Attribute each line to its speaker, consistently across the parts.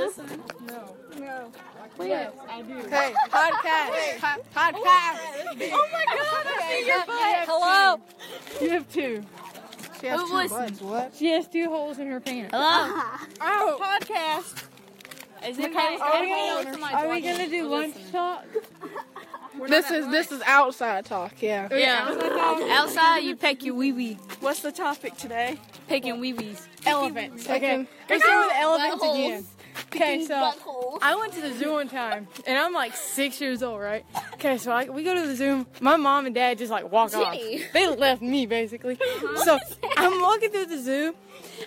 Speaker 1: son?
Speaker 2: No.
Speaker 1: No.
Speaker 2: Yes, I do.
Speaker 3: Hey, podcast. Po- podcast.
Speaker 1: Oh my god, I see your butt.
Speaker 3: Hello.
Speaker 2: You have two.
Speaker 3: She has
Speaker 1: Who
Speaker 3: two
Speaker 1: listen?
Speaker 3: buds. What?
Speaker 2: Oh, She has two holes in her pants.
Speaker 3: Hello.
Speaker 1: Oh, podcast.
Speaker 3: Is
Speaker 2: Are we
Speaker 3: oh,
Speaker 2: gonna, are we gonna do lunch talk?
Speaker 3: This is this is outside talk. Yeah.
Speaker 2: Lunch
Speaker 3: Yeah.
Speaker 2: talk?
Speaker 3: Outside, you pick your wee wee,
Speaker 1: What's the topic today?
Speaker 3: picking wee wees.
Speaker 2: Elephants. Okay.
Speaker 3: Picking-
Speaker 2: We're starting with elephants
Speaker 3: buttholes.
Speaker 2: again. Okay, so I went to the zoo one time, and I'm like six years old, right? Okay, so I, we go to the zoo. My mom and dad just like walk
Speaker 3: Gee.
Speaker 2: off. They left me basically. So I'm walking through the zoo,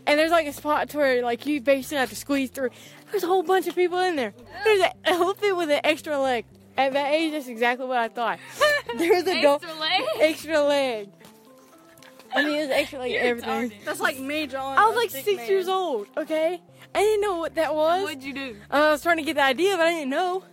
Speaker 2: and there's like a spot to where like you basically have to squeeze through. There's a whole bunch of people in there. There's an elephant with an extra leg. At that age, that's exactly what I thought. There's a dog, extra leg. I mean, there's extra leg everything.
Speaker 1: That's like me drawing.
Speaker 2: I was like six years old, okay? I didn't know what that was.
Speaker 1: What'd you do?
Speaker 2: I was trying to get the idea, but I didn't know.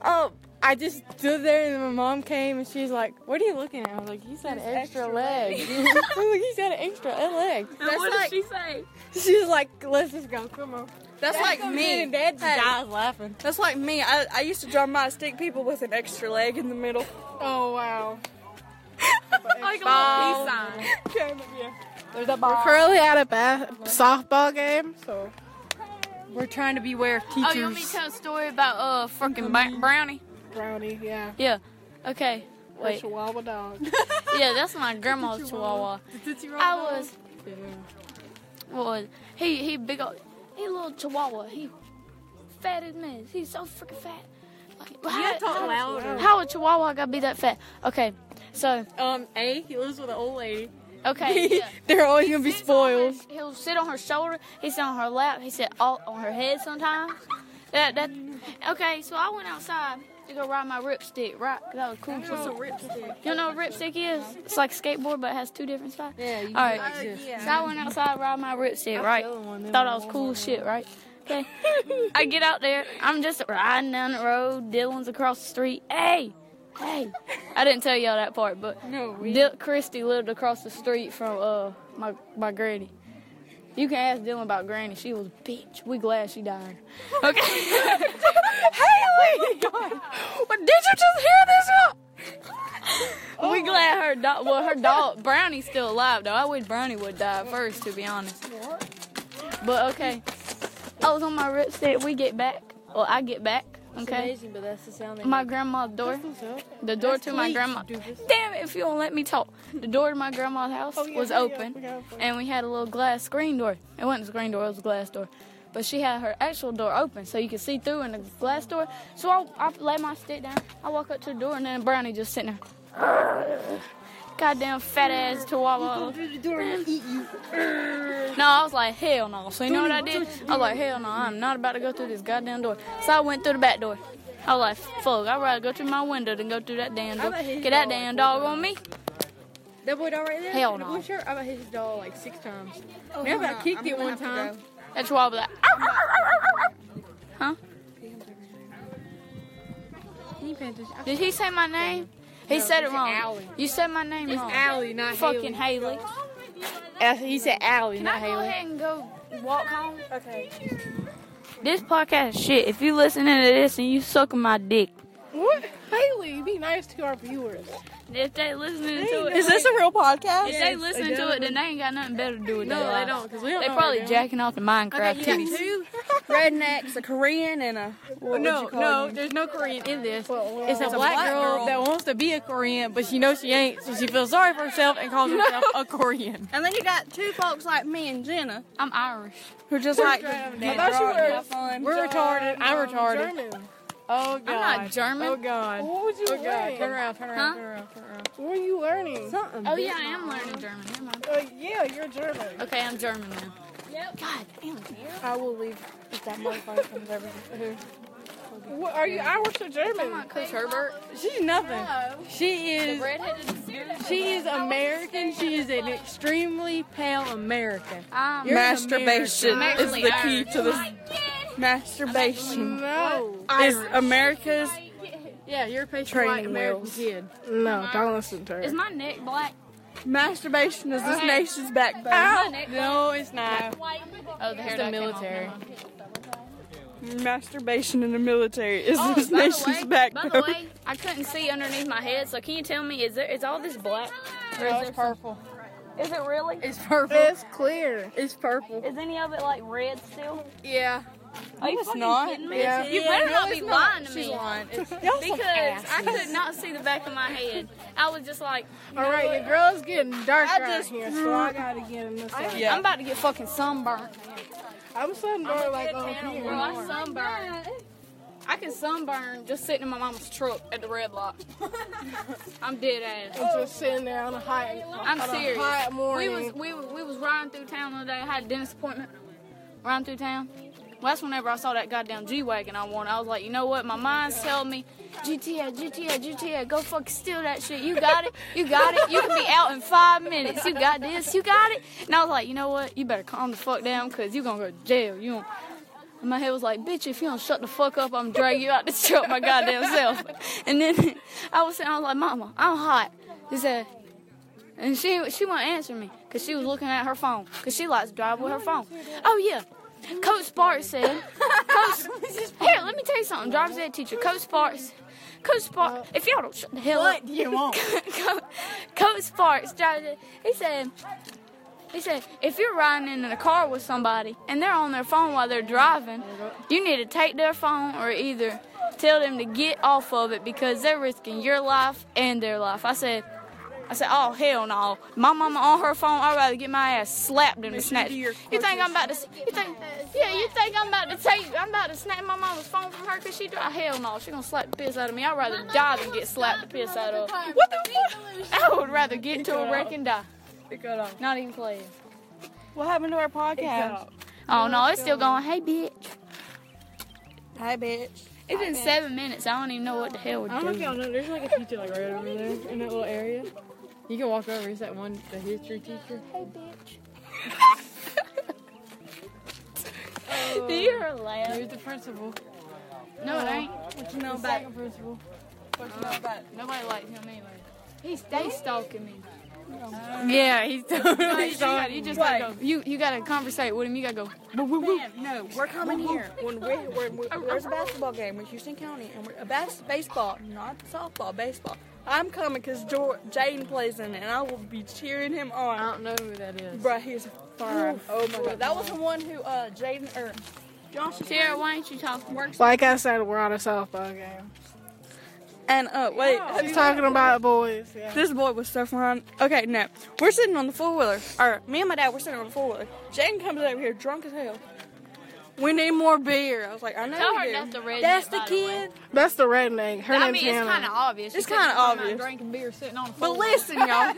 Speaker 2: Um, I just stood there, and then my mom came, and she's like, "What are you looking at?" I was like, "He's had an extra, leg." I was like, "He's had an extra leg."
Speaker 1: That's
Speaker 3: what did
Speaker 1: like,
Speaker 3: she
Speaker 1: say?
Speaker 2: She's like, "Let's just go, come on."
Speaker 1: That's like me.
Speaker 2: and Dad just
Speaker 1: Hey.
Speaker 2: dies laughing.
Speaker 1: That's like me. I, I used to draw my stick people with an extra leg in the middle.
Speaker 2: Oh wow!
Speaker 3: Oh,
Speaker 1: like
Speaker 2: Ball.
Speaker 1: sign. Okay, but yeah.
Speaker 2: There's a ball.
Speaker 3: Currently at a ba- softball game, so
Speaker 2: We're trying to beware of teachers.
Speaker 4: Oh, you want me to tell a story about uh fucking ba- brownie?
Speaker 3: brownie. Yeah.
Speaker 4: Yeah. Okay.
Speaker 3: Wait.
Speaker 4: Wait.
Speaker 3: Chihuahua dog.
Speaker 4: Yeah, that's my grandma's chihuahua. I was. What was? it? He he big old he little chihuahua. He fat as man. He's so freaking fat. Like, how, how, how a chihuahua gotta be that fat? Okay. So
Speaker 2: Um, A. He lives with an old lady.
Speaker 4: okay. yeah.
Speaker 2: They're always gonna be
Speaker 4: Sits on her-
Speaker 2: spoiled.
Speaker 4: he'll sit on her shoulder. He sit on her lap. He sit all on her head sometimes. That that. Okay, so I went outside to go ride my ripstick, right? 'Cause I was cool.
Speaker 1: What's a rip stick?
Speaker 4: You know what a ripstick is? It's like a skateboard, but it has two different sides.
Speaker 2: Yeah. You
Speaker 4: All right. So
Speaker 1: yeah.
Speaker 4: I went outside, ride my ripstick, right?
Speaker 2: feeling one, then
Speaker 4: Thought
Speaker 2: my
Speaker 4: I was
Speaker 2: mom
Speaker 4: cool as shit, right? Okay. I get out there. I'm just riding down the road. Dylan's across the street. Hey, hey. I didn't tell y'all that part, but
Speaker 2: No. We,
Speaker 4: Dil- Christy lived across the street from uh my my granny. You can ask Dylan about Granny. She was a bitch. We glad she died. Okay.
Speaker 2: Haley. God.
Speaker 4: But did you just hear this? we glad her dog. Well, her dog Brownie's still alive though. I wish Brownie would die first, to be honest. But okay, I was on my rip set. We get back. Well, I get back. Okay.
Speaker 2: but that's the sound.
Speaker 4: My grandma's door. The door to my grandma. Damn it! If you don't let me talk, the door to my grandma's house was open, and we had a little glass screen door. It wasn't a screen door; it was a glass door. But she had her actual door open, so you could see through in the glass door. So I, I lay my stick down. I walk up to the door, and then Brownie just sitting there. Goddamn fat ass chihuahua. No, I was like, hell no. So you know what I did? I was like, hell no, I'm not about to go through this goddamn door. So I went through the back door. I was like, fuck, I'd rather go through my window than go through that damn door.
Speaker 2: bet he
Speaker 4: Get that
Speaker 2: dog
Speaker 4: damn dog on me.
Speaker 2: That boy doll right there?
Speaker 4: Hell
Speaker 2: the
Speaker 4: no.
Speaker 2: blue shirt? I about hit his doll like six times. Remember I kicked it one time?
Speaker 4: That's why I was like, "Ah, "Ow, ow, ow, ow, ow, ow." huh? Did he say my name? He said it
Speaker 2: it's
Speaker 4: wrong.
Speaker 2: Allie.
Speaker 4: You said my name wrong.
Speaker 2: Allie, not
Speaker 4: Fucking Haley.
Speaker 2: Haley. He said Allie,
Speaker 4: Can
Speaker 2: not
Speaker 4: I go
Speaker 2: Haley.
Speaker 4: ahead and go walk home?
Speaker 1: Okay.
Speaker 4: This podcast is shit. If you listening to this and you sucking my dick,
Speaker 3: What? Haley, be nice to our viewers.
Speaker 4: if they listening to it,
Speaker 1: Is this a real podcast?
Speaker 4: If they listening to it, then they ain't got nothing better to do with their
Speaker 2: No, they
Speaker 4: lives.
Speaker 2: don't, because we don't
Speaker 4: They
Speaker 2: know
Speaker 4: probably
Speaker 2: what they're
Speaker 4: jacking off the Minecraft
Speaker 2: doing.
Speaker 4: titties.
Speaker 2: Two?
Speaker 1: rednecks, a Korean, and a. what
Speaker 2: No,
Speaker 1: would you call
Speaker 2: no,
Speaker 1: you?
Speaker 2: there's no Korean in this. it's a
Speaker 1: It's a
Speaker 2: black,
Speaker 1: black
Speaker 2: girl,
Speaker 1: girl.
Speaker 2: that wants to be a Korean, but she knows she ain't, so she feels sorry for herself and calls herself a Korean.
Speaker 1: And then you got two folks like me and Jenna,
Speaker 4: I'm Irish.
Speaker 1: who just like.
Speaker 2: I thought you were- We're retarded. I'm retarded.
Speaker 3: German.
Speaker 2: Oh god.
Speaker 4: not German.
Speaker 2: Oh god.
Speaker 3: What would you
Speaker 2: Oh god.
Speaker 3: learn?
Speaker 2: Turn around. Turn around.
Speaker 4: Huh?
Speaker 2: Turn around. Turn around.
Speaker 3: What are you learning?
Speaker 1: Something.
Speaker 4: Oh yeah, I am learning German. Never mind.
Speaker 3: Uh, yeah, you're German.
Speaker 4: Okay, I'm German now. God damn it.
Speaker 1: I will leave if that motherfucker comes over.
Speaker 3: What, are you Irish or German?
Speaker 4: Coach Herbert.
Speaker 2: She's nothing. She is. She is American. She is an extremely pale American.
Speaker 4: Um,
Speaker 2: You're an
Speaker 1: Masturbation
Speaker 4: American.
Speaker 1: is the key to this. Masturbation
Speaker 3: No.
Speaker 1: is America's.
Speaker 2: Yeah, you're a patient
Speaker 1: Training
Speaker 2: white American
Speaker 1: wheels.
Speaker 2: kid.
Speaker 3: No, don't listen to her.
Speaker 4: is my neck black?
Speaker 1: Masturbation is this
Speaker 4: Okay.
Speaker 1: nation's backbone.
Speaker 4: neck
Speaker 2: No, it's not.
Speaker 4: Oh, the hair
Speaker 2: It's the military.
Speaker 1: Masturbation in the military is
Speaker 4: Oh,
Speaker 1: this
Speaker 4: by the
Speaker 1: nation's
Speaker 4: way- By the
Speaker 1: backbone.
Speaker 4: way, I couldn't see underneath my head, so can you tell me is there is all this black? Or is, there,
Speaker 2: purple.
Speaker 4: is it really?
Speaker 2: It's purple.
Speaker 3: It's clear.
Speaker 2: It's purple.
Speaker 4: Is any of it like red still?
Speaker 3: Yeah.
Speaker 4: Are you fucking
Speaker 1: not.
Speaker 4: kidding me?
Speaker 3: Yeah.
Speaker 4: You better not be lying to me.
Speaker 2: Y'all some
Speaker 4: Because I could not see the back of my head. I was just like,
Speaker 3: All right, your girl's getting dark
Speaker 2: I
Speaker 3: right
Speaker 2: just-
Speaker 3: here, so I gotta get in this. one.
Speaker 1: Yeah.
Speaker 4: I'm about to get fucking sunburned.
Speaker 3: I'm sitting dark like
Speaker 2: oh,
Speaker 3: over
Speaker 4: Bro,
Speaker 3: here.
Speaker 4: I sunburned. I can sunburn just sitting in my mama's truck at the red lock. I'm dead ass.
Speaker 3: I'm just sitting there on a hot,
Speaker 4: I'm
Speaker 3: on
Speaker 4: serious.
Speaker 3: a hot morning.
Speaker 4: We was we was, we was riding through town one day. I had a dentist appointment. Riding through town. Well, that's whenever I saw that goddamn G wagon I wanted. I was like, you know what? My mind's telling me, GTA, GTA, GTA, go fuck steal that shit. You got it. You got it. You can be out in five minutes. You got this. You got it. And I was like, you know what? You better calm the fuck down, cause you gonna go to jail. You. Don't. And my head was like, bitch, if you don't shut the fuck up, I'm drag you out the truck my goddamn self. And then I was sitting, I was like, mama, I'm hot. She said, and she she won't answer me because she was looking at her phone because she likes to drive with her phone. Oh yeah, Coach Sparks said. Coach, here, let me tell you something. Driver's ed teacher, Coach Sparks. Coach Sparks, if y'all don't shut the hell up.
Speaker 2: you want?
Speaker 4: Co- Coach Sparks, driver's ed, he said. He said, if you're riding in a car with somebody and they're on their phone while they're driving, you need to take their phone or either tell them to get off of it because they're risking your life and their life. I said, I said, oh, hell no. My mama on her phone, I'd rather get my ass slapped than to snatch.
Speaker 1: do
Speaker 4: You
Speaker 1: your
Speaker 4: think I'm about to, you think, yeah, you think I'm about to take, I'm about to snatch my mama's phone from her because she drive, hell no. She gonna slap the piss out of me. I'd rather die than get slapped the piss out of.
Speaker 1: What the fuck?
Speaker 4: I would rather get into a wreck and die.
Speaker 2: It got off.
Speaker 4: Not even playing.
Speaker 1: What happened to our podcast?
Speaker 4: Oh no, it's still going. Hey, bitch.
Speaker 1: Hi, bitch.
Speaker 4: It's been seven minutes. I don't even know what the hell we're
Speaker 2: I don't know if
Speaker 4: doing.
Speaker 2: y'all know. There's like a teacher like right over there in that little area. You can walk over. Is that one the history teacher?
Speaker 4: Do you hear her laugh?
Speaker 2: Here's Oh. the principal.
Speaker 4: No, it ain't.
Speaker 1: What you know
Speaker 2: The
Speaker 1: about?
Speaker 2: second principal.
Speaker 1: What you know about?
Speaker 4: Nobody likes him anyway. He stays stalking me.
Speaker 2: Yeah, he's totally
Speaker 4: You gotta- you just gotta go.
Speaker 1: Right.
Speaker 4: You you gotta conversate with him. You gotta go.
Speaker 1: Ma'am, no, we're coming here. When we, when we,
Speaker 4: Oh,
Speaker 1: there's a basketball game in Houston County, and we're, a bas- baseball, not softball, baseball. I'm coming because Jane plays in it, and I will be cheering him on.
Speaker 2: I don't know who that is.
Speaker 1: Bruh, he's fire. Oh my god. That was the one who uh Jaden or Josh
Speaker 4: Tara, why ain't you talking?
Speaker 3: like I said, we're on a softball game.
Speaker 1: and uh wait.
Speaker 3: He's talking about boys. Yeah.
Speaker 1: This boy was so fun. Okay, no. We're sitting on the four wheeler. Or me and my dad were sitting on the four wheeler. Jaden comes over here drunk as hell. We need more beer. I was like, I know.
Speaker 4: Tell
Speaker 1: we
Speaker 4: her
Speaker 1: do.
Speaker 4: that's the redneck,
Speaker 1: That's the
Speaker 4: by the way.
Speaker 1: kid.
Speaker 3: That's the redneck. Her
Speaker 4: I
Speaker 3: name's
Speaker 4: mean, it's
Speaker 3: Hannah.
Speaker 4: kind of obvious.
Speaker 1: It's
Speaker 4: You couldn't
Speaker 1: kinda
Speaker 4: come out
Speaker 1: obvious.
Speaker 4: Drinking beer, sitting on. a
Speaker 1: But
Speaker 4: floor.
Speaker 1: listen, y'all.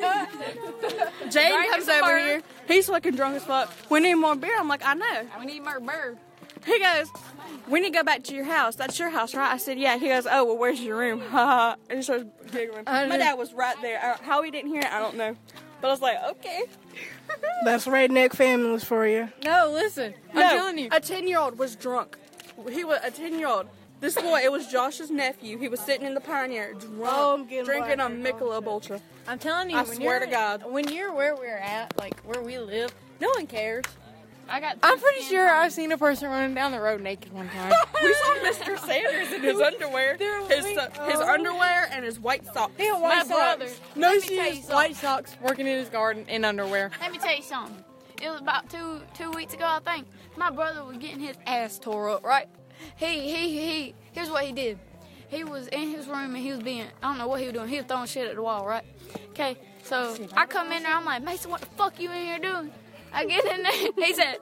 Speaker 1: Jaden comes
Speaker 4: some
Speaker 1: over
Speaker 4: beer.
Speaker 1: here. He's fucking drunk as fuck. We need more beer. I'm like, I know.
Speaker 4: we need more beer.
Speaker 1: He goes, We need to go back to your house. That's your house, right? I said, Yeah. He goes, Oh, well, where's your room? Ha ha. And he starts giggling.
Speaker 2: I
Speaker 1: My
Speaker 2: know.
Speaker 1: dad was right there. I, how he didn't hear it, I don't know. But I was like, Okay.
Speaker 3: That's redneck families for you.
Speaker 2: No, listen.
Speaker 1: No,
Speaker 2: I'm telling you.
Speaker 1: A 10 year old was drunk. He was a 10 year old. This boy, it was Josh's nephew. He was sitting in the Pioneer drunk,
Speaker 3: Oh, I'm getting
Speaker 1: drinking a
Speaker 3: black.
Speaker 1: Michelob
Speaker 2: Oh,
Speaker 1: Ultra.
Speaker 2: I'm telling you.
Speaker 1: I
Speaker 2: when
Speaker 1: swear
Speaker 2: you're-
Speaker 1: to God.
Speaker 2: When you're where we're at, like where we live,
Speaker 1: No one cares.
Speaker 4: I got.
Speaker 2: I'm
Speaker 4: two
Speaker 2: pretty
Speaker 4: cans
Speaker 2: sure
Speaker 4: of-
Speaker 2: I've seen a person running down the road naked one time.
Speaker 1: We saw Mr. Sanders in his underwear, his so- his underwear and his white socks.
Speaker 2: oh. He had
Speaker 4: My
Speaker 2: white
Speaker 4: brother.
Speaker 2: socks. No,
Speaker 4: Let me
Speaker 2: she
Speaker 4: tell you
Speaker 2: is white socks working in his garden in underwear.
Speaker 4: Let me tell you something. It was about two two weeks ago, I think. My brother was getting his ass tore up, right? He he he. Here's what he did. He was in his room and he was being I don't know what he was doing. He was throwing shit at the wall, right? Okay, so I come in there. I'm like Mason, what the fuck you in here doing? I get in there. He said.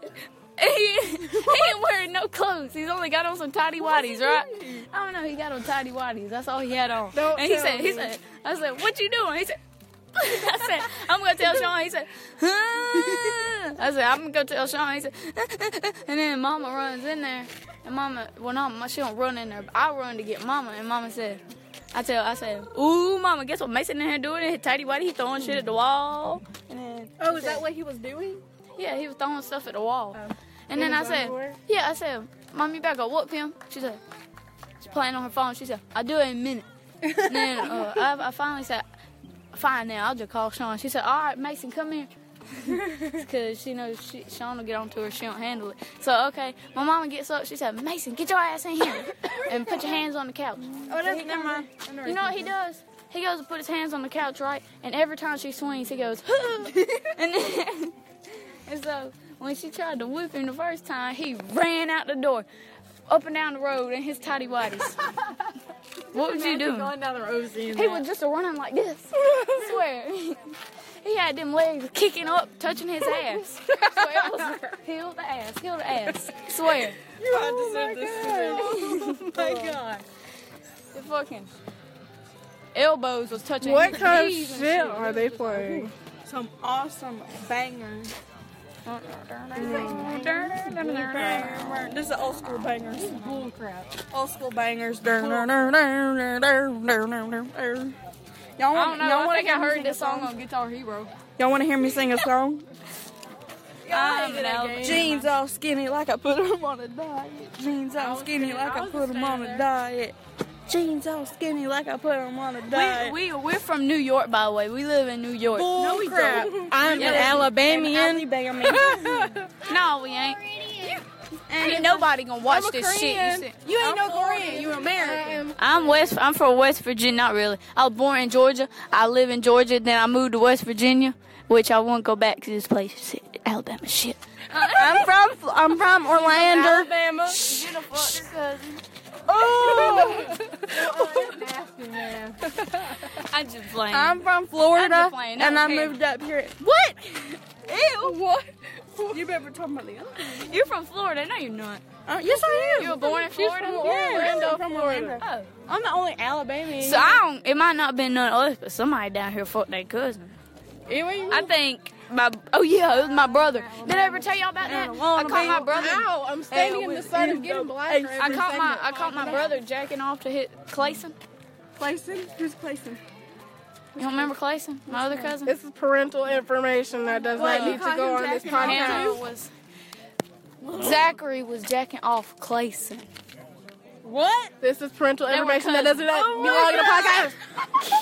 Speaker 4: He, he ain't wearing no clothes. He's only got on some tidy whities, right? I don't know. He got on tidy whities. That's all he had on.
Speaker 3: Don't
Speaker 4: and he
Speaker 3: tell
Speaker 4: said, he
Speaker 3: me.
Speaker 4: said, I said, what you doing? He said, I said, I'm gonna tell Sean. He said, "Huh." I said, I'm gonna go tell Sean. He said, and then Mama runs in there, and Mama, well, not Ma- she don't run in there. But I run to get Mama, and Mama said, I tell, I said, ooh, Mama, guess what Mason in here doing? His tidy whitey, he throwing shit at the wall. And then,
Speaker 1: Oh, is that what he was doing?
Speaker 4: yeah, he was throwing stuff at the wall. And
Speaker 3: In
Speaker 4: then I
Speaker 3: his
Speaker 4: said,
Speaker 3: underwear?
Speaker 4: yeah, I said, Mom, you better go whoop him. She said, she's playing on her phone. She said, I'll do it in a minute. And then uh, I, I finally said, fine, then I'll just call Sean. She said, all right, Mason, come here. because she knows she, Sean will get onto her. She don't handle it. So okay, my mama gets up. She said, "Mason, get your ass in here and put your hands on the couch."
Speaker 1: Oh, that's never mind.
Speaker 4: You know what he does? He goes and put his hands on the couch, right? And every time she swings, he goes, and then, and so when she tried to whip him the first time, he ran out the door, up and down the road in his tidy whities. what would you do?
Speaker 2: down the road seeing
Speaker 4: He was just running like this. I swear. He had them legs kicking up, touching his ass. So it was heel the ass, heel the ass. Swear.
Speaker 2: my Oh, god.
Speaker 4: The fucking elbows was touching
Speaker 3: What
Speaker 4: his
Speaker 3: kind of
Speaker 4: knees
Speaker 3: shit
Speaker 4: and
Speaker 3: are they playing?
Speaker 1: Some awesome banger. This is old school bangers. Old school bangers. Y'all want? Y'all
Speaker 4: I don't know. I
Speaker 1: want
Speaker 4: think I heard this song on Guitar Hero.
Speaker 1: Y'all want to hear me sing a song?
Speaker 4: I'm an elbow.
Speaker 1: Jeans all skinny like I put 'em on a diet. Jeans all skinny like I put 'em on a diet. Jeans all skinny like I put 'em on a diet.
Speaker 4: We, we, we're from New York, by the way. We live in New York.
Speaker 1: no, we crap. don't.
Speaker 2: I'm an Alabamian.
Speaker 4: No, we ain't. Ain't nobody gonna watch this shit. You see.
Speaker 1: You ain't no Korean. You American.
Speaker 4: I'm West. I'm from West Virginia. Not really. I was born in Georgia. I live in Georgia. Then I moved to West Virginia, which I won't go back to this place. Shit, Alabama shit.
Speaker 2: I'm from I'm from Orlando.
Speaker 1: Alabama.
Speaker 4: I just blame.
Speaker 1: I'm from Florida,
Speaker 4: I'm playing.
Speaker 1: and
Speaker 4: I
Speaker 1: I
Speaker 4: don't care.
Speaker 1: moved up here.
Speaker 4: what?
Speaker 1: Ew. What? You better talk about the other.
Speaker 4: You're from Florida? No, you're not.
Speaker 1: Uh, yes, I am.
Speaker 4: You were born in Florida.
Speaker 1: Orlando, from Florida.
Speaker 4: Oh.
Speaker 2: I'm the only Alabamian.
Speaker 4: So I don't. It might not been none of us, but somebody down here fucked their cousin.
Speaker 2: anyway,
Speaker 4: I think my. Oh yeah, it was my brother. Did I ever tell y'all about that? I caught my brother.
Speaker 3: Ow, I'm standing in the sun and getting black.
Speaker 4: I caught my. I caught my brother jacking off to hit Clayson.
Speaker 1: Clayson. Who's Clayson?
Speaker 4: You don't remember Clayson, my other cousin?
Speaker 3: This is parental information that does not need to go on this podcast.
Speaker 4: Hannah was. Zachary was jacking off Clayson.
Speaker 1: What?
Speaker 3: This is parental
Speaker 4: were
Speaker 3: information that doesn't
Speaker 4: cousins.
Speaker 3: belong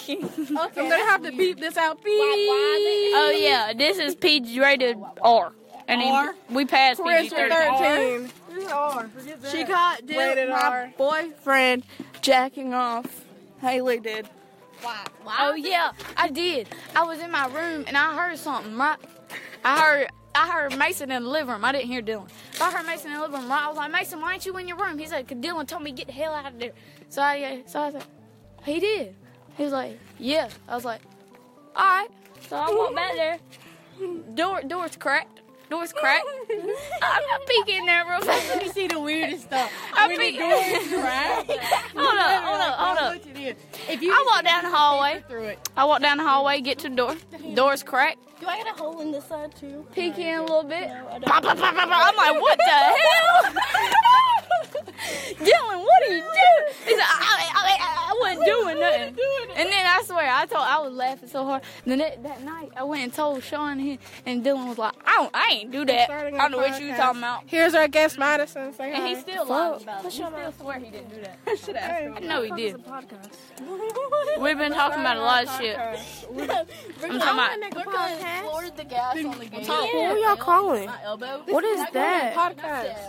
Speaker 3: in the podcast. I'm gonna have to beep this out. Beep.
Speaker 4: Oh yeah, this is PG rated R, and he-
Speaker 1: R?
Speaker 4: we passed PG
Speaker 3: Parental
Speaker 4: thirteen.
Speaker 3: 13.
Speaker 1: She caught did
Speaker 3: Rated
Speaker 1: my
Speaker 3: R.
Speaker 1: boyfriend jacking off. Haley did.
Speaker 4: Oh yeah, I did. I was in my room and I heard something. Right, I heard. I heard Mason in the living room. I didn't hear Dylan. But I heard Mason in the living room. Right, I was like, Mason, why ain't you in your room? He said, "Cause Dylan told me to get the hell out of there." So I, uh, so I said, "He did." He was like, "Yeah." I was like, "All right." So I walked back there. Door, door's cracked. Door's cracked. I'm not peeking there real fast.
Speaker 2: you see the weirdest stuff.
Speaker 4: I'm peeking. hold up, hold up, hold up.
Speaker 2: If you
Speaker 4: I walk down the hallway.
Speaker 2: through it,
Speaker 4: I walk down the hallway, get to the door. Door's cracked.
Speaker 5: Do I get a hole in the side too?
Speaker 4: Peek in a little bit. Bah, bah, bah, bah, bah. I'm like, what the hell? Dylan, what are you doing? He said, I, I, I, I wasn't doing nothing. And then I swear, I told, I was laughing so hard. Then that, that night, I went and told Sean, he, and Dylan was like, I don't, I ain't do that. I don't know what you talking about.
Speaker 3: Here's our guest, Madison. Say
Speaker 4: And
Speaker 3: hi.
Speaker 4: he still lied about it. He still swear he didn't do that. I should
Speaker 3: asked
Speaker 4: I know he did. We've been talking about a lot of shit. I'm talking about
Speaker 5: Lord the gas on the gate.
Speaker 4: talk.
Speaker 3: Who are y'all calling?
Speaker 5: My elbow.
Speaker 3: What is that?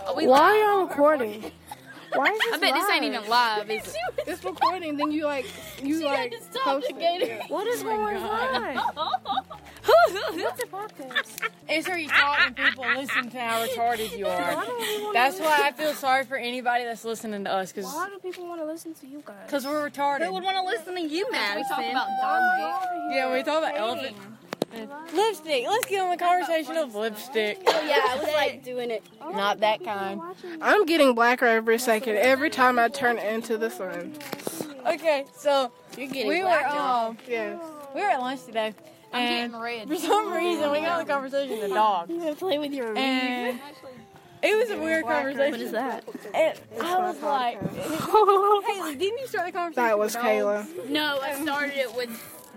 Speaker 4: Oh, we
Speaker 3: Why
Speaker 4: live.
Speaker 3: are y'all recording? Why is this
Speaker 4: I bet this ain't even live, is it?
Speaker 3: It's recording. Then you like you like post it. What is going on?
Speaker 2: it's where you talking people listen to how retarded you are. That's why I feel sorry for anybody that's listening to us, because
Speaker 5: Why do people want to listen to you guys?
Speaker 2: because we're retarded.
Speaker 1: want to listen to you,
Speaker 4: We talk about Don
Speaker 2: Yeah, we talk about elephant. Lipstick. Let's get on the conversation of lipstick.
Speaker 5: Oh, yeah, I was like doing it.
Speaker 2: Not that kind.
Speaker 3: I'm getting blacker every second. Every time I turn into the sun.
Speaker 2: Okay, so we were um
Speaker 3: Yes.
Speaker 2: we were at lunch today, and
Speaker 4: red.
Speaker 2: for some reason we got in the conversation the dog,
Speaker 5: You play with your
Speaker 2: and it was a weird conversation. What is that? And I was like, Haley, didn't you start the conversation?
Speaker 3: That was
Speaker 2: with dogs?
Speaker 3: Kayla.
Speaker 4: No, I started it with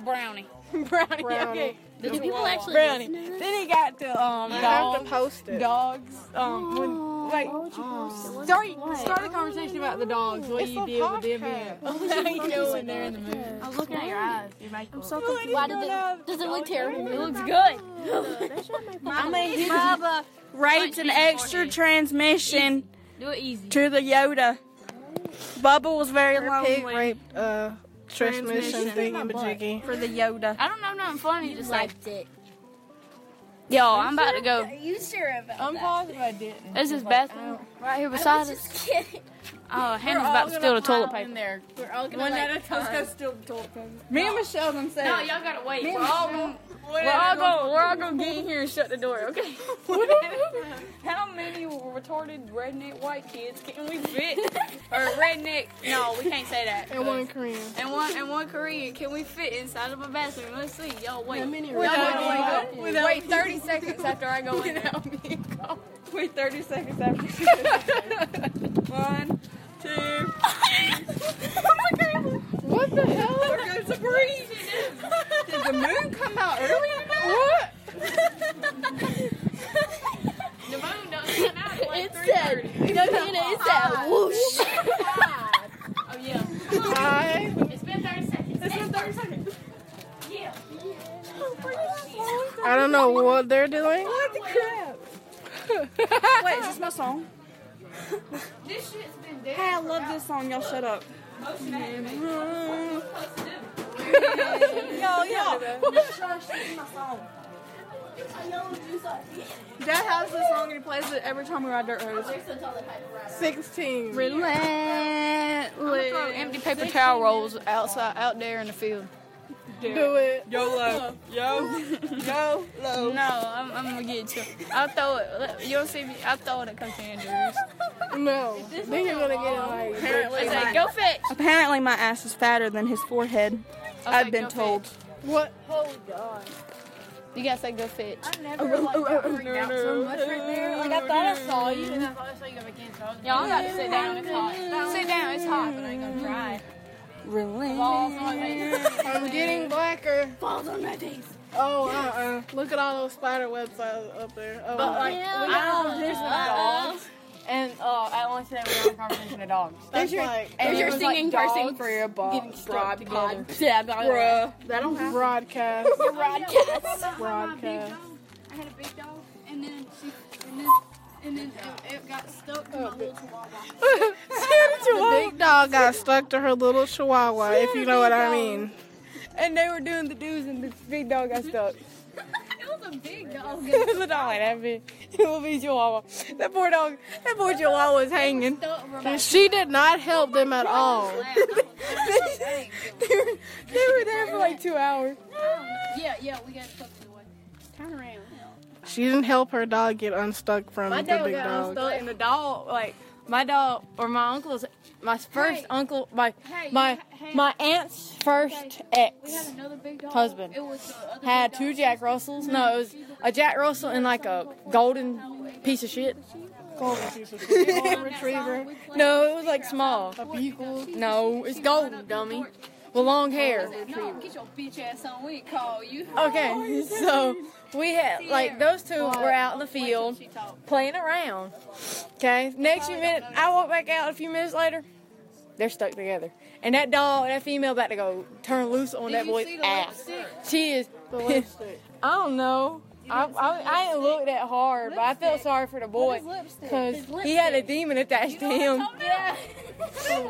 Speaker 4: brownie.
Speaker 2: Brownie. Okay. Brownie. Then it got to um
Speaker 3: I have to
Speaker 2: dogs.
Speaker 3: post it.
Speaker 2: Dogs. Um, when, like
Speaker 5: Oh.
Speaker 2: start start a conversation about the dogs. What you deal with them? Yeah. How you doing there in the middle?
Speaker 4: I was looking at your eyes.
Speaker 5: I'm so confused. Why did it, does it look terrible? It looks
Speaker 1: Mama, Mama rates an extra transmission
Speaker 4: Do it easy.
Speaker 1: to the Yoda. Bubba was very
Speaker 3: Pig
Speaker 1: lonely
Speaker 3: rape uh, transmission
Speaker 1: Transmission.
Speaker 3: thing jiggy.
Speaker 1: for the Yoda.
Speaker 4: I don't know nothing funny. Just like,
Speaker 5: it.
Speaker 4: y'all, I'm about to go.
Speaker 5: Are you sure about
Speaker 2: I'm
Speaker 5: that?
Speaker 2: positive I didn't.
Speaker 4: There's this bathroom right here
Speaker 5: I was
Speaker 4: beside us.
Speaker 5: just kidding.
Speaker 4: Oh, Hannah's about to steal the toilet paper.
Speaker 2: there.
Speaker 5: We're all gonna
Speaker 2: One
Speaker 5: like,
Speaker 2: at a time.
Speaker 1: Me and Michelle gonna say.
Speaker 4: No, y'all gotta wait. We're all gonna, we're all gonna, we're all gonna get in here and shut the door, okay? How many retarded redneck white kids can we fit? or redneck? No, we can't say that.
Speaker 3: And one Korean.
Speaker 4: And one and one Korean can we fit inside of a bathroom? Let's see. Y'all wait.
Speaker 2: Without me. Without
Speaker 4: wait 30 seconds after I go in there.
Speaker 1: Wait 30 seconds after. she says- One, two.
Speaker 4: Oh
Speaker 3: What the hell?
Speaker 1: We're going to breathe. Did the moon come out early?
Speaker 4: The moon doesn't come out at like
Speaker 5: It's dead. No, Hannah, it's that whoosh.
Speaker 4: Oh, yeah.
Speaker 3: I
Speaker 4: It's been 30 seconds. It's been 30 seconds. Yeah.
Speaker 3: I don't know what they're doing.
Speaker 2: Oh,
Speaker 1: What the crap? Wait, is this my song?
Speaker 4: This shit's been
Speaker 1: Hey, I love this song. Y'all shut up. Yo, yo. Dad has this song and he plays it every time we ride dirt roads.
Speaker 3: 16.
Speaker 4: Throw empty paper towel rolls outside, out there in the field.
Speaker 3: Do it.
Speaker 1: YOLO. Yo. Yo.
Speaker 4: No, I'm, I'm gonna get you. I'll throw it. Let- You don't see me. I'll throw it at Coach Andrews.
Speaker 3: No. Then you're gonna get it
Speaker 1: Apparently
Speaker 4: I
Speaker 3: like.
Speaker 4: say,
Speaker 1: my,
Speaker 4: go fetch.
Speaker 1: apparently my ass is fatter than his forehead.
Speaker 4: I'll
Speaker 1: I've
Speaker 4: say, "Go
Speaker 1: been
Speaker 4: fetch."
Speaker 1: told.
Speaker 3: What?
Speaker 4: You gotta say go fetch.
Speaker 5: Like, I thought I saw you.
Speaker 4: Y'all I'm about to sit down. It's hot. Sit down. It's hot, but I ain't gonna try.
Speaker 1: Really?
Speaker 3: I'm getting blacker.
Speaker 5: Balls on my face.
Speaker 3: Oh, uh uh Look at all those spider webs uh, up there. Oh,
Speaker 2: But like,
Speaker 5: Yeah.
Speaker 2: we got a conversation with dogs, and uh, at lunch today we had a conversation with dogs.
Speaker 3: that's like.
Speaker 2: And
Speaker 5: You're
Speaker 2: it was
Speaker 5: singing
Speaker 2: like
Speaker 5: person
Speaker 2: dogs
Speaker 5: for your ball.
Speaker 2: getting stuck together.
Speaker 5: Yeah, blah, blah.
Speaker 3: That don't broadcast.
Speaker 5: Broadcast.
Speaker 3: broadcast.
Speaker 4: I had a big dog, and then she, and then, and then it, it got stuck to my little chihuahua.
Speaker 3: the big dog got stuck to her little chihuahua, if you know what I mean.
Speaker 2: And they were doing the do's, and the big dog got stuck.
Speaker 4: It was a big dog.
Speaker 2: it was a dog like that big. It will be Chihuahua. That poor dog. That poor Chihuahua was hanging.
Speaker 4: Stuck over my
Speaker 3: She did not help them at all.
Speaker 2: they, were, they were there for like two hours.
Speaker 4: Yeah, yeah, we got stuck to the way.
Speaker 5: Turn around.
Speaker 3: She didn't help her dog get unstuck from
Speaker 2: My
Speaker 3: the
Speaker 2: dad
Speaker 3: big
Speaker 2: got
Speaker 3: dog.
Speaker 2: unstuck, and the dog, like my dog or my uncle's, my first
Speaker 4: Hey.
Speaker 2: uncle, my
Speaker 4: Hey,
Speaker 2: my
Speaker 4: hey,
Speaker 2: my aunt's first
Speaker 4: we
Speaker 2: ex
Speaker 4: had another big dog.
Speaker 2: Husband.
Speaker 4: It was the other
Speaker 2: had
Speaker 4: big
Speaker 2: two
Speaker 4: dog.
Speaker 2: Jack Russells. No, it was a Jack Russell and like a golden piece of shit.
Speaker 3: Golden retriever.
Speaker 2: No, it was like small.
Speaker 3: A beagle.
Speaker 2: No, it's golden, dummy. With long hair.
Speaker 4: No, get your bitch ass on. We call you.
Speaker 2: Okay, so we had like those two were out in the field
Speaker 4: She talked.
Speaker 2: playing around. Okay, next few minutes, I walk back out a few minutes later. They're stuck together, and that dog, that female, about to go turn loose on that boy's ass. She is. I don't know. I, I, I didn't look that hard, but I felt sorry for the boy because he had a demon attached to him.
Speaker 4: Yeah.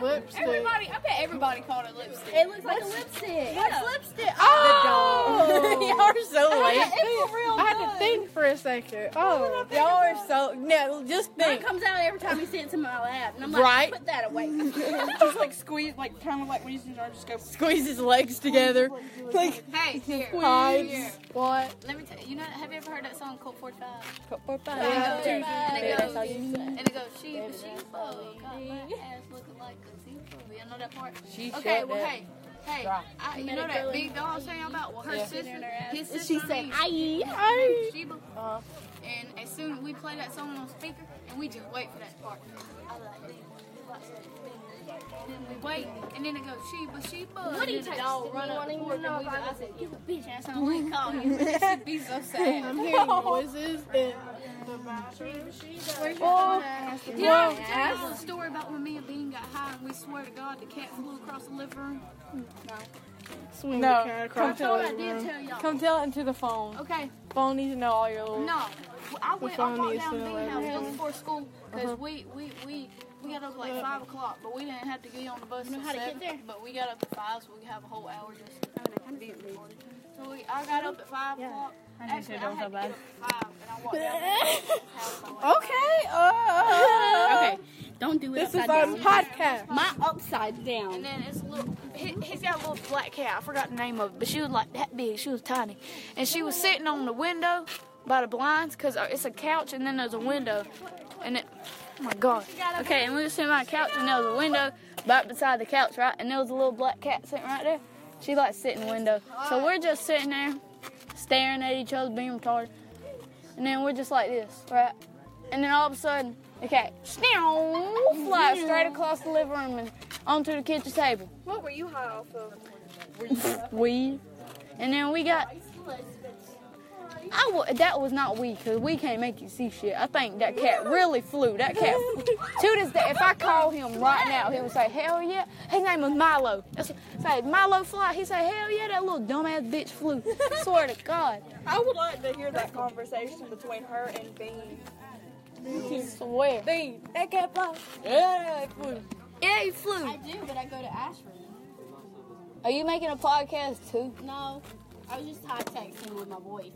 Speaker 3: Lipstick.
Speaker 4: Everybody, I bet everybody called it lipstick.
Speaker 5: It looks like a lipstick. What's lipstick?
Speaker 2: Oh, y'all are so late.
Speaker 5: It's for real.
Speaker 3: I had to think for a second. Oh,
Speaker 2: Y'all are so. No, just
Speaker 5: Mine
Speaker 2: think.
Speaker 5: comes out every time he sits in my lap, and I'm like,
Speaker 2: Right.
Speaker 5: put that away.
Speaker 1: Just like squeeze, like kind of like when you see her, just go.
Speaker 2: Squeeze his legs together. Like,
Speaker 4: Hey, here.
Speaker 2: hides. What?
Speaker 4: Let me tell you. You know, have you ever heard that song Colt 45?
Speaker 2: Yeah.
Speaker 4: And it goes,
Speaker 2: Yeah.
Speaker 4: and it goes, she, she, fuck, got my ass looking like a zebra. You know that part?
Speaker 2: She
Speaker 4: Okay,
Speaker 2: said
Speaker 4: well,
Speaker 2: that.
Speaker 4: hey. Hey, I, you know that big dog saying about well, her sister, his sister,
Speaker 5: She said,
Speaker 4: named
Speaker 5: "Aye."
Speaker 4: Sheba. And as soon as we play that song on speaker, and we just wait for that part. I like "Bing, bing, bing, bing." Then we wait, and then it goes Sheba, Sheba. What do you take? Dog run up the court, and we I said, "You a bitch ass! I'm gonna call you." She'd be so sad.
Speaker 3: I'm hearing noises and the
Speaker 5: You know, I tell you the story about when me and Bean got high and we swear to God the cat flew across the living room?
Speaker 2: Swing no, come
Speaker 5: I
Speaker 2: tell
Speaker 5: thought I
Speaker 2: it.
Speaker 5: did tell y'all.
Speaker 2: Come tell it into the phone.
Speaker 5: Okay,
Speaker 2: Phone needs to know all your little.
Speaker 5: no. I went, I
Speaker 2: phone
Speaker 5: walked
Speaker 2: needs
Speaker 5: down
Speaker 2: to
Speaker 5: to
Speaker 2: know
Speaker 5: Bean house
Speaker 2: everything.
Speaker 5: just before school because we, we, we, we got up at like 5 o'clock, but we didn't have to get on the bus. Uh-huh. You
Speaker 3: how to get there?
Speaker 5: But we got up at 5, so we could have a whole hour just. So we, I got up at 5 o'clock. Actually, I had to get up at 5 and I walked down to Bean's house. I went,
Speaker 3: Okay. Uh,
Speaker 5: Okay, don't do it.
Speaker 2: This is our podcast.
Speaker 3: My upside down.
Speaker 4: And then it's a little, he, he's got a little black cat. I forgot the name of it, but she was like that big. She was tiny. And she was sitting on the window by the blinds because it's a couch and then there's a window. And it, oh my God. Okay, and we were sitting by a couch and there was a window right beside the couch, right? And there was a little black cat sitting right there. She likes sitting in the window. So we're just sitting there staring at each other, being retarded. And then we're just like this, right? And then all of a sudden, the cat snow flies straight across the living room and onto the kitchen table.
Speaker 1: What were you high off of?
Speaker 4: We, and then we got. I w- that was not we, cause we can't make you see shit. I think that cat really flew. That cat to this day, if I call him right now, he would say hell yeah. His name was Milo. That's say Milo fly. He say hell yeah. That little dumbass bitch flew. Swear to God.
Speaker 1: I would like to hear that conversation between her and Bean.
Speaker 4: Swear.
Speaker 2: Bing, that cat fly. Yeah, it flew.
Speaker 4: Yeah, he flew.
Speaker 5: I do, but I go to Ashford.
Speaker 4: Are you making a podcast too?
Speaker 5: No, I was just high texting with my voice.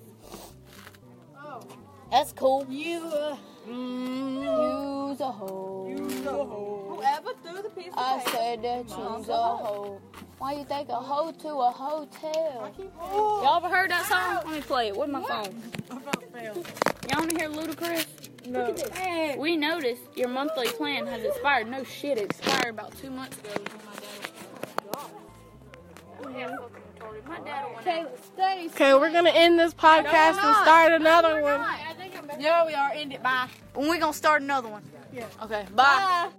Speaker 4: That's cool.
Speaker 3: You. Uh,
Speaker 4: Use a hoe.
Speaker 1: Whoever threw the piece
Speaker 4: I
Speaker 1: of paper.
Speaker 4: said that you's a hoe. Why you take a hoe to a hotel? Y'all ever heard that song? Let me play it with my phone. Y'all wanna hear Ludacris?
Speaker 2: No.
Speaker 4: We noticed your monthly plan has expired. No shit, it expired about two months ago.
Speaker 1: Oh
Speaker 2: Okay, we're gonna end this podcast and start another one.
Speaker 4: Yeah, we are. End it. Bye. And we're gonna start another one. Yeah. Okay. Bye.